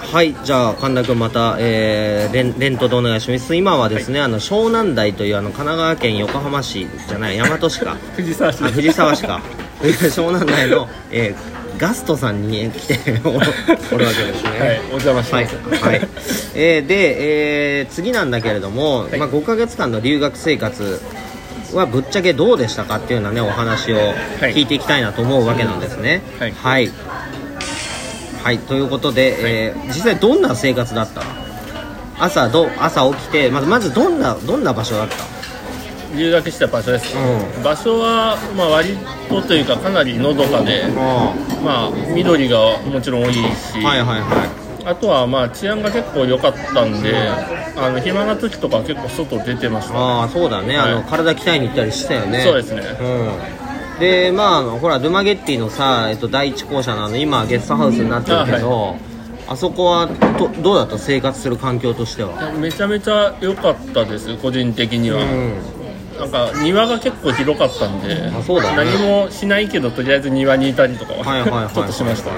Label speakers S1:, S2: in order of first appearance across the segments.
S1: はいじゃあ神田君また、えー、レンレントでお願いします今はですね、あの湘南台というあの神奈川県横浜市じゃない大和市か
S2: 藤沢市
S1: あ藤沢市か湘南台の、えーガストさんに来ておおるわけですね
S2: はいお邪魔し
S1: はい、
S2: ます
S1: はいえーで、えー次なんだけれども、まあ、5ヶ月間の留学生活はぶっちゃけどうでしたかっていうようなねお話を
S2: い
S1: 聞いていきたいなと思うわけなんですね
S2: はい
S1: はい、はいということで、えー実際どんな生活だった朝ど朝起きてまずまずどんなどんな場所だった
S2: 留学した場所です、
S1: う
S2: 場所は、まあ、割とというかかなりのどかで、
S1: あ
S2: まあ、緑がもちろん多いし、
S1: はいはいは
S2: あとはまあ治安が結構良かったんで、あの暇な時とかは結構外出てました、
S1: ああそうだね、あの
S2: はい
S1: 体鍛えに行ったりしたよね
S2: そうですね
S1: うんでまあほらルマゲッティのさ、えっと、第一校舎のあの今ゲストハウスになってるけど、あ,、そこはとどうだった生活する環境としては
S2: めちゃめちゃ良かったです個人的には、
S1: うん
S2: なんか庭が結構広かったんで
S1: あそうだね
S2: 何もしないけどとりあえず庭にいたりとかは,、
S1: はいはいはいはい
S2: ちょっとしましたね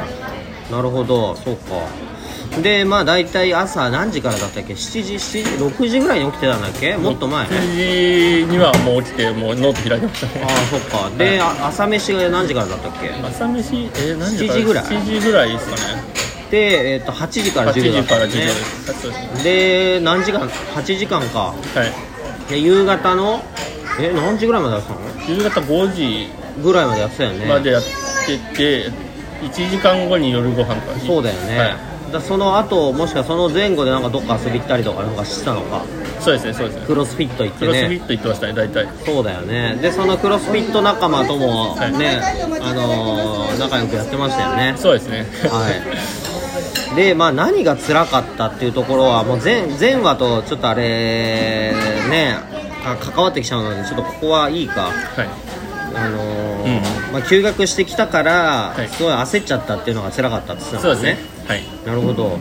S1: なるほどそうかでまあ大体朝何時からだったっけ7時7時6時ぐらいに起きてたんだっけもっと前
S2: 7時にはもう起きてもうノート開きました
S1: ああ
S2: ね
S1: そっかで、あ朝飯が何時からだったっけ
S2: 朝飯えー、何時か
S1: 7時ぐらい
S2: 7時ぐらいですかね
S1: で、えっと8時から10
S2: 8
S1: 時だ
S2: 時
S1: っ
S2: か
S1: た
S2: ら
S1: よ
S2: 授業
S1: ね
S2: です、あそうですね
S1: で何時間8時間か
S2: はい
S1: で夕方のえ何時ぐらいまでやってたの
S2: 夕方5時
S1: ぐらいまでやってたよね
S2: までやってて、1時間後に夜ご飯から
S1: そうだよね、
S2: はい
S1: だその後もしくはその前後でなんかどっか遊び行ったりとかなんかしてたのか
S2: そうですねそうですね
S1: クロスフィット行っ
S2: ク
S1: て
S2: ロスフィッ
S1: ね
S2: ト行ってましたね大体
S1: そうだよねでそのクロスフィット仲間とも
S2: はい
S1: ね、あのー仲良くやってましたよね
S2: そうですね
S1: はいでまあ何が辛かったっていうところはもう前前話とちょっとあれねあ関わってきちゃうのでちょっとここはいいか
S2: はい
S1: あのー
S2: う
S1: まあ、休学してきたから
S2: はい
S1: すごい焦っちゃったっていうのが辛かったって言ってた
S2: そ
S1: も
S2: うんです
S1: ね
S2: ねはい
S1: なるほど、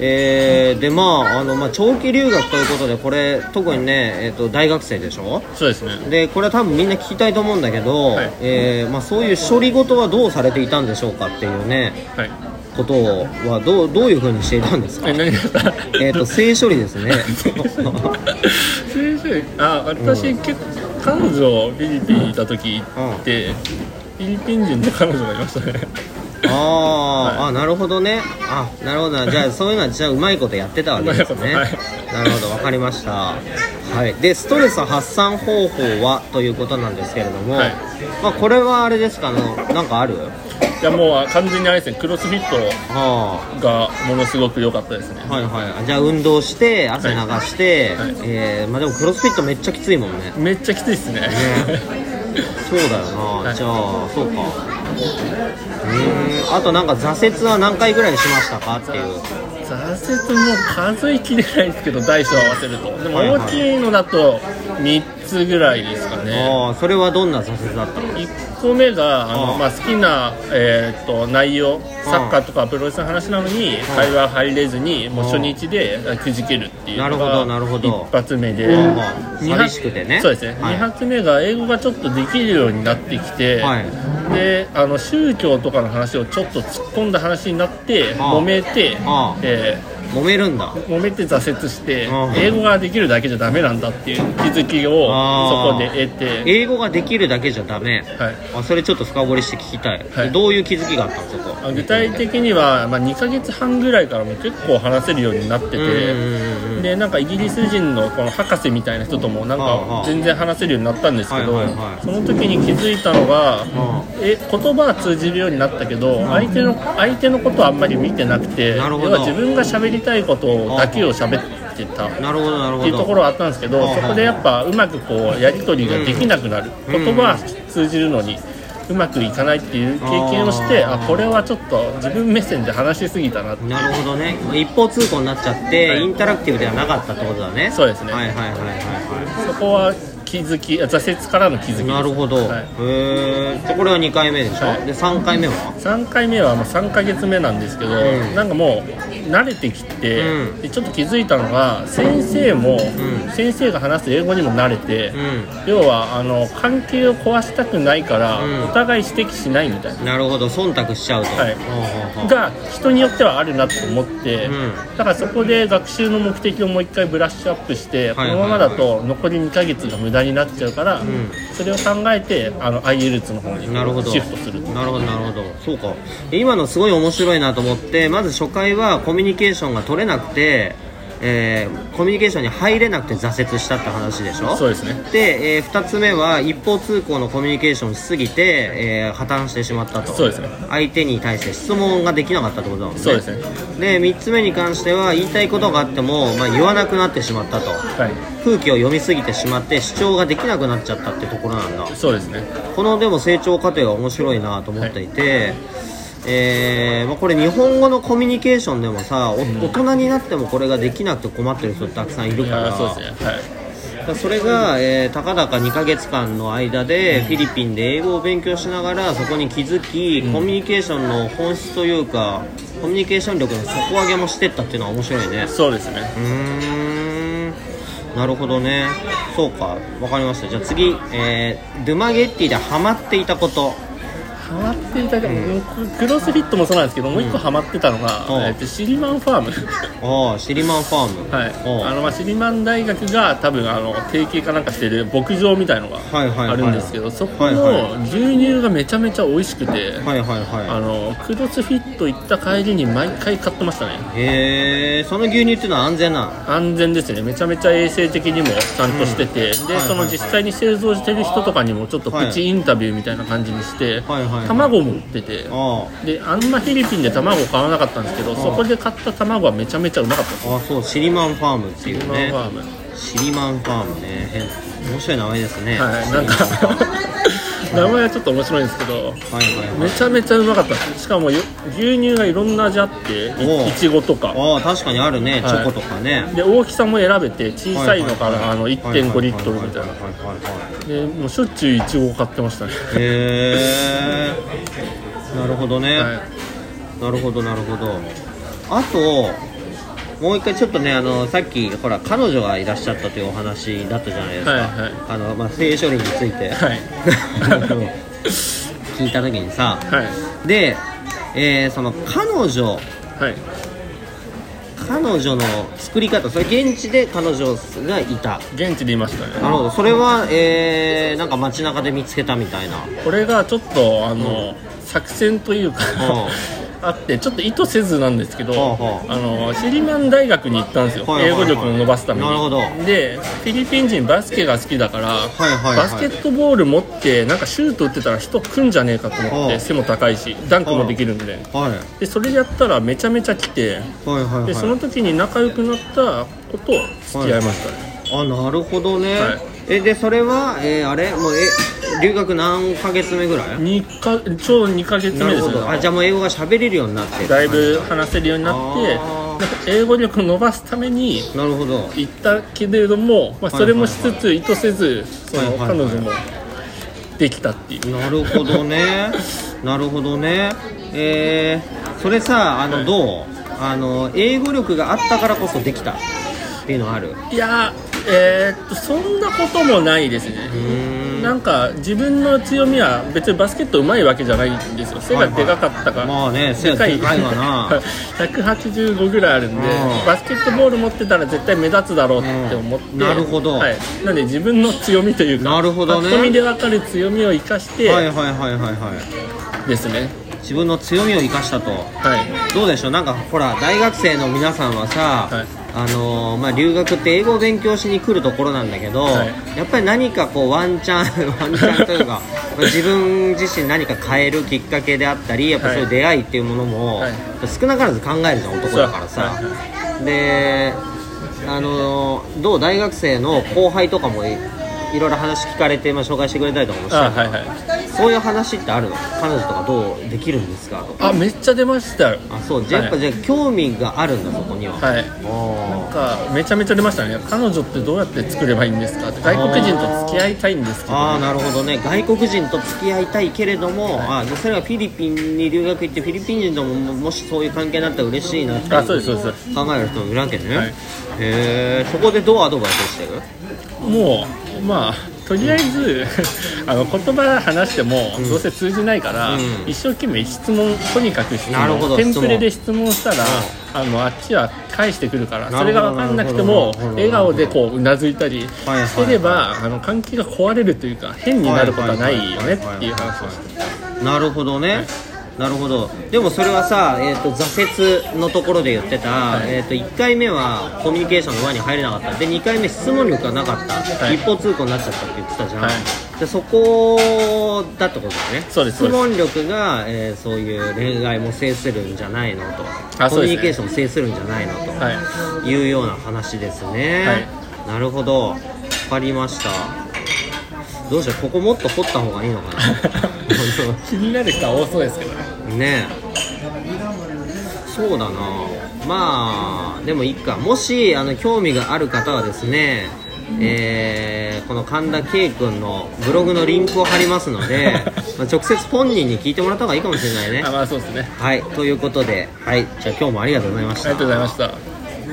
S1: えーでまああの、まあ、長期留学ということでこれ特にね、えー、と大学生でしょ
S2: そうですね
S1: でこれは多分みんな聞きたいと思うんだけど、
S2: はい
S1: えーまあ、そういう処理事はどうされていたんでしょうかっていうね
S2: はい
S1: ことをはどうどういうふうにしていたんですか
S2: え何があった
S1: えっと性処理です ね
S2: 先生あ私、結構彼女をフィリピンにいた時行って、フィリピン人の彼女がいましたね
S1: あー、あなるほどねあなるほどな じゃあそういうのはじゃあうまいことやってたわけですね、
S2: うまいこと
S1: なるほどわかりましたはいでストレス発散方法はということなんですけれども、
S2: はい
S1: まあこれはあれですかあのなんかある
S2: いやもうあ完全にあれですねクロスフィット
S1: あ
S2: がものすごく良かったですね
S1: あはいはいじゃあ運動して汗流して、
S2: はいはい
S1: えーまあでもクロスフィットめっちゃきついもんね
S2: めっちゃきついですね
S1: そうだよな、
S2: い
S1: じゃあそうかうーんあとなんか挫折は何回ぐらいしましたかっていう
S2: 挫折も数えきれないですけど大小合わせるとでも
S1: はいはい
S2: 大きいのだと3つぐらいですかね
S1: ああそれはどんな挫折だったの
S2: 1個目があ
S1: ああ
S2: の、まあ、好きな、えーっと内容サッカーとかプロレスの話なのに会話入れずにもう初日でくじけるっていうのが
S1: なるほどなるほど
S2: 一発目で
S1: ああ
S2: 二
S1: 寂
S2: 発
S1: しくてね
S2: そうですね、
S1: はい
S2: 2発目が英語がちょっとできるようになってきて、
S1: はい
S2: であの宗教とかの話をちょっと突っ込んだ話になって
S1: ああ
S2: 揉めて
S1: ああ
S2: えー
S1: 揉めるんだ
S2: 揉めて挫折して
S1: うん
S2: 英語ができるだけじゃダメなんだっていう気づきを
S1: あー
S2: そこで得て、
S1: 英語ができるだけじゃダメ
S2: はい、
S1: あそれちょっと深掘りして聞きたい、
S2: はい
S1: どういう気づきがあったんそこ
S2: あ具体的には、まあ、2ヶ月半ぐらいからも結構話せるようになって
S1: うんうん
S2: て。
S1: うんうん
S2: でなんかイギリス人のこの博士みたいな人ともなん
S1: あ
S2: か
S1: あ
S2: 全然話せるようになったんですけど
S1: はいはいはい
S2: その時に気づいたのが
S1: あ
S2: え言葉は通じるようになったけど相手の相手のことはあんまり見てなくて要
S1: なるほど
S2: は自分が喋りたいことだけを喋ってた
S1: なるほどなる
S2: っていうと
S1: ほ
S2: こ
S1: ど
S2: ろはあったんですけ
S1: あ
S2: ど
S1: あ
S2: そこでやっぱうまくこうやり取りができなくなる、
S1: うん
S2: 言葉は通じるのにうまくいかないっていう経験をして
S1: あ
S2: あ
S1: あ
S2: これはちょっと自分目線で話しすぎたなって
S1: なるほどね一方通行になっちゃって、
S2: はい
S1: インタラクティブではなかったってことだね
S2: そうですね
S1: はいはいはいはいは
S2: そこは気づき挫折からの気づきです
S1: いなるほど、
S2: はい
S1: へえじゃあこれは2回目でしょ、
S2: はい
S1: で3回目は
S2: 3回目はもう3ヶ月目なんですけど、
S1: ん
S2: なんかもう慣れてきて、
S1: うん
S2: でちょっと気づいたのが先生も、
S1: うん
S2: 先生が話す英語にも慣れて、
S1: う
S2: 要はあの関係を壊したくないから、
S1: うん
S2: お互い指摘しないみたいな。
S1: んなるほど忖度しちゃうと、
S2: はい
S1: ほうほう
S2: が人によってはあるなと思って、
S1: うん
S2: だからそこで学習の目的をもう一回ブラッシュアップして、
S1: はいはいはい
S2: このままだと残り2ヶ月が無駄になっちゃうから、
S1: ん
S2: それを考えてあの IELTS の方に
S1: なるほど
S2: シフトすると
S1: なるほどなるほどそうかえ今のすごい面白いなと思ってまず初回はコミュニケーションが取れなくて、えーコミュニケーションに入れなくて挫折したって話でしょ
S2: そうですね
S1: で、え2つ目は一方通行のコミュニケーションしすぎて、えー破綻してしまったと
S2: そうですね
S1: 相手に対して質問ができなかったってことだもんね
S2: そうですね
S1: で3つ目に関しては言いたいことがあっても、まあ、言わなくなってしまったと
S2: はい
S1: 空気を読みすぎてしまって主張ができなくなっちゃったってところなんだ
S2: そうですね
S1: このでも成長過程は面白いなと思っていて、えーまあ、これ日本語のコミュニケーションでもさ、お大人になってもこれができなくて困ってる人たくさんいる
S2: い
S1: から
S2: やーそうですねはい
S1: だからそれが、えーたかだか2ヶ月間の間でフィリピンで英語を勉強しながらそこに気づき、コミュニケーションの本質というかコミュニケーション力の底上げもしてったっていうのは面白いね
S2: そうですね
S1: うーんなるほどねそうかわかりましたじゃあ次、えードゥマゲッティでハマっていたこと
S2: ハマっていたけど、クロスフィットもそうなんですけどもう一個ハマってたのが、
S1: うん
S2: えっとシリマンファーム
S1: ああシリマンファーム
S2: はい
S1: おう
S2: あの、まあ、シリマン大学が多分あの提携かなんかしてる牧場みたいのが
S1: いはいはい
S2: あるんですけど、そこ
S1: はいは
S2: の牛乳がめちゃめちゃ美味しくて、
S1: はいはいは
S2: あのクロスフィット行った帰りに毎回買ってましたね
S1: いへえその牛乳っていうのは安全なの
S2: 安全ですねめちゃめちゃ衛生的にもちゃんとしてて、で、
S1: はい
S2: その実際に製造してる人とかにもちょっと
S1: はい
S2: プチインタビューみたいな感じにして、
S1: はいはいはい
S2: 卵も売ってて、
S1: あ
S2: であんまフィリピンで卵買わなかったんですけどそこで買った卵はめちゃめちゃうまかったです
S1: あああそうシリマンファームっていう
S2: マ
S1: ね
S2: ンファーム、
S1: シリマンファームね変面白い名前ですね
S2: はいなんか 名前はちょっと面白いんですけど
S1: はいはいは
S2: め
S1: い
S2: ちゃめちゃうまかったですしかもよ牛乳がいろんな味あって
S1: おう
S2: いいちごとか
S1: ああ確かにあるね、
S2: はい
S1: チョコとかね
S2: で大きさも選べて小さいのから、あの1.5リットルみたい
S1: は
S2: な
S1: ははいはいはい
S2: でもうしょっちゅういちご買ってましたね
S1: へえなるほどね、
S2: はい
S1: なるほどなるほどあともう一回ちょっとねあのさっきほら彼女がいらっしゃったというお話だったじゃないですか、
S2: はいはい
S1: あのまあ、性処理について、
S2: はい
S1: 聞いた時にさ
S2: はい
S1: で、えーその彼女
S2: はい
S1: 彼女の作り方それ現地で彼女がいた
S2: 現地でいましたね
S1: なるほどそれは、えー、なんか街中で見つけたみたいな
S2: これがちょっとあの、作戦というか、あってちょっと意図せずなんですけど、
S1: ほうほう
S2: あのシリマン大学に行ったんですよ、
S1: はいはいはい
S2: 英語力を伸ばすために
S1: なるほど
S2: でフィリピン人バスケが好きだから、
S1: いはいはい
S2: バスケットボール持ってなんかシュート打ってたら人来んじゃねえかと思っ
S1: ほう
S2: て背も高いしダンクもできるんで
S1: はい
S2: でそれやったらめちゃめちゃ来て
S1: はいはいはい
S2: でその時に仲良くなった子と付き合いましたね、
S1: あなるほどね、
S2: はい
S1: えでそれは、えーあれもうえ留学何ヶ月目ぐらい
S2: 二かちょうど2ヶ月
S1: な
S2: 目
S1: る
S2: で
S1: ほ
S2: す
S1: どあ
S2: ね
S1: じゃあもう英語が喋れるようになって
S2: だいぶ話せるようになって
S1: あ
S2: 英語力を伸ばすために
S1: なるほど
S2: 行ったけれども、まあ、それもしつつ意図せずそ
S1: はいはい
S2: の
S1: はい
S2: 彼女もできたっていう
S1: なるほど ねなるほどねえー、それさあのどうあの英語力があったからこそできたっていうのある
S2: いやーえーっとそんなこともないです
S1: う
S2: ね
S1: ーん
S2: なんか自分の強みは別にバスケットうまいわけじゃないんですよ背がでかかったから、
S1: まあね背がでかいわな
S2: 185ぐらいあるんで
S1: うん
S2: バスケットボール持ってたら絶対目立つだろうって思って、
S1: うんなるほど
S2: はい、なんで自分の強みというか
S1: なるほどね
S2: パッと見で分かる強みを生かし
S1: はい
S2: て
S1: はいはいはいはい
S2: ですね
S1: 自分の強みを生かしたと
S2: はい
S1: どうでしょうなんかほら大学生の皆さんはさ、
S2: はい
S1: あのーまあ、留学って英語を勉強しに来るところなんだけど、
S2: はい
S1: やっぱり何かこうワンチャン ワンチャンという か自分自身何か変えるきっかけであったりやっぱそういう出会いっていうものも、
S2: はい
S1: 少なからず考えるじゃん男だからさ、
S2: そう
S1: であのーどう大学生の後輩とかもいいろいろ話聞かれて、まあ、紹介してくれたりとかもして
S2: あはいはい
S1: そういう話ってあるの彼女とかどうできるんですかとか
S2: あめっちゃ出ましたよ
S1: あそうじゃあやっぱ
S2: はい
S1: じゃあ興味があるんだそこには、
S2: はい
S1: あ
S2: なんかめちゃめちゃ出ましたね彼女ってどうやって作ればいいんですかって外国人と付き合いたいんですけど
S1: あーなるほどね外国人と付き合いたいけれども、あでそれはフィリピンに留学行ってフィリピン人ともももしそういう関係になったら嬉しいなって
S2: あそうですそうです
S1: 考える人もいるわけね、
S2: はい
S1: へえそこでどうアドバイスしてる
S2: もうまあとりあえず あの言葉話してもどうせ通じないから、
S1: うん
S2: 一生懸命質問とにかく質
S1: なるほど
S2: 問テンプレで質問したらあのあっちは返してくるからそれが分かんなくて
S1: な
S2: も
S1: るほど
S2: 笑顔でこううなずいたり
S1: はいはい
S2: してればあの関係が壊れるというか変になることはないよねっていう話をして。
S1: なるほどね、なるほどでもそれはさ、えー、と挫折のところで言ってた、えー、と1回目はコミュニケーションの輪に入れなかったで2回目質問力がなかった、
S2: はい
S1: 一方通行になっちゃったって言ってたじゃん、
S2: はい
S1: でそこだってことだよね
S2: そうです
S1: 質問力が、えーそういう恋愛も制するんじゃないのと
S2: あ
S1: コ
S2: そう
S1: ミュ
S2: ですね
S1: ニケーションも制するんじゃないのと、
S2: はい
S1: い、うような話ですね、なるほど分かりましたどうしようここもっと掘った方がいいの かな本当
S2: 気になる人は多そうですけどね
S1: ねえそうだなまあでもいいかもしあの興味がある方はですねえーこの神田圭君のブログのリンクを貼りますので、まあ直接本人に聞いてもらった方がいいかもしれないね
S2: あ。まあそうですね
S1: はいということで、はい、じゃあ今日もありがとうございまし
S2: あり
S1: た
S2: がとうございました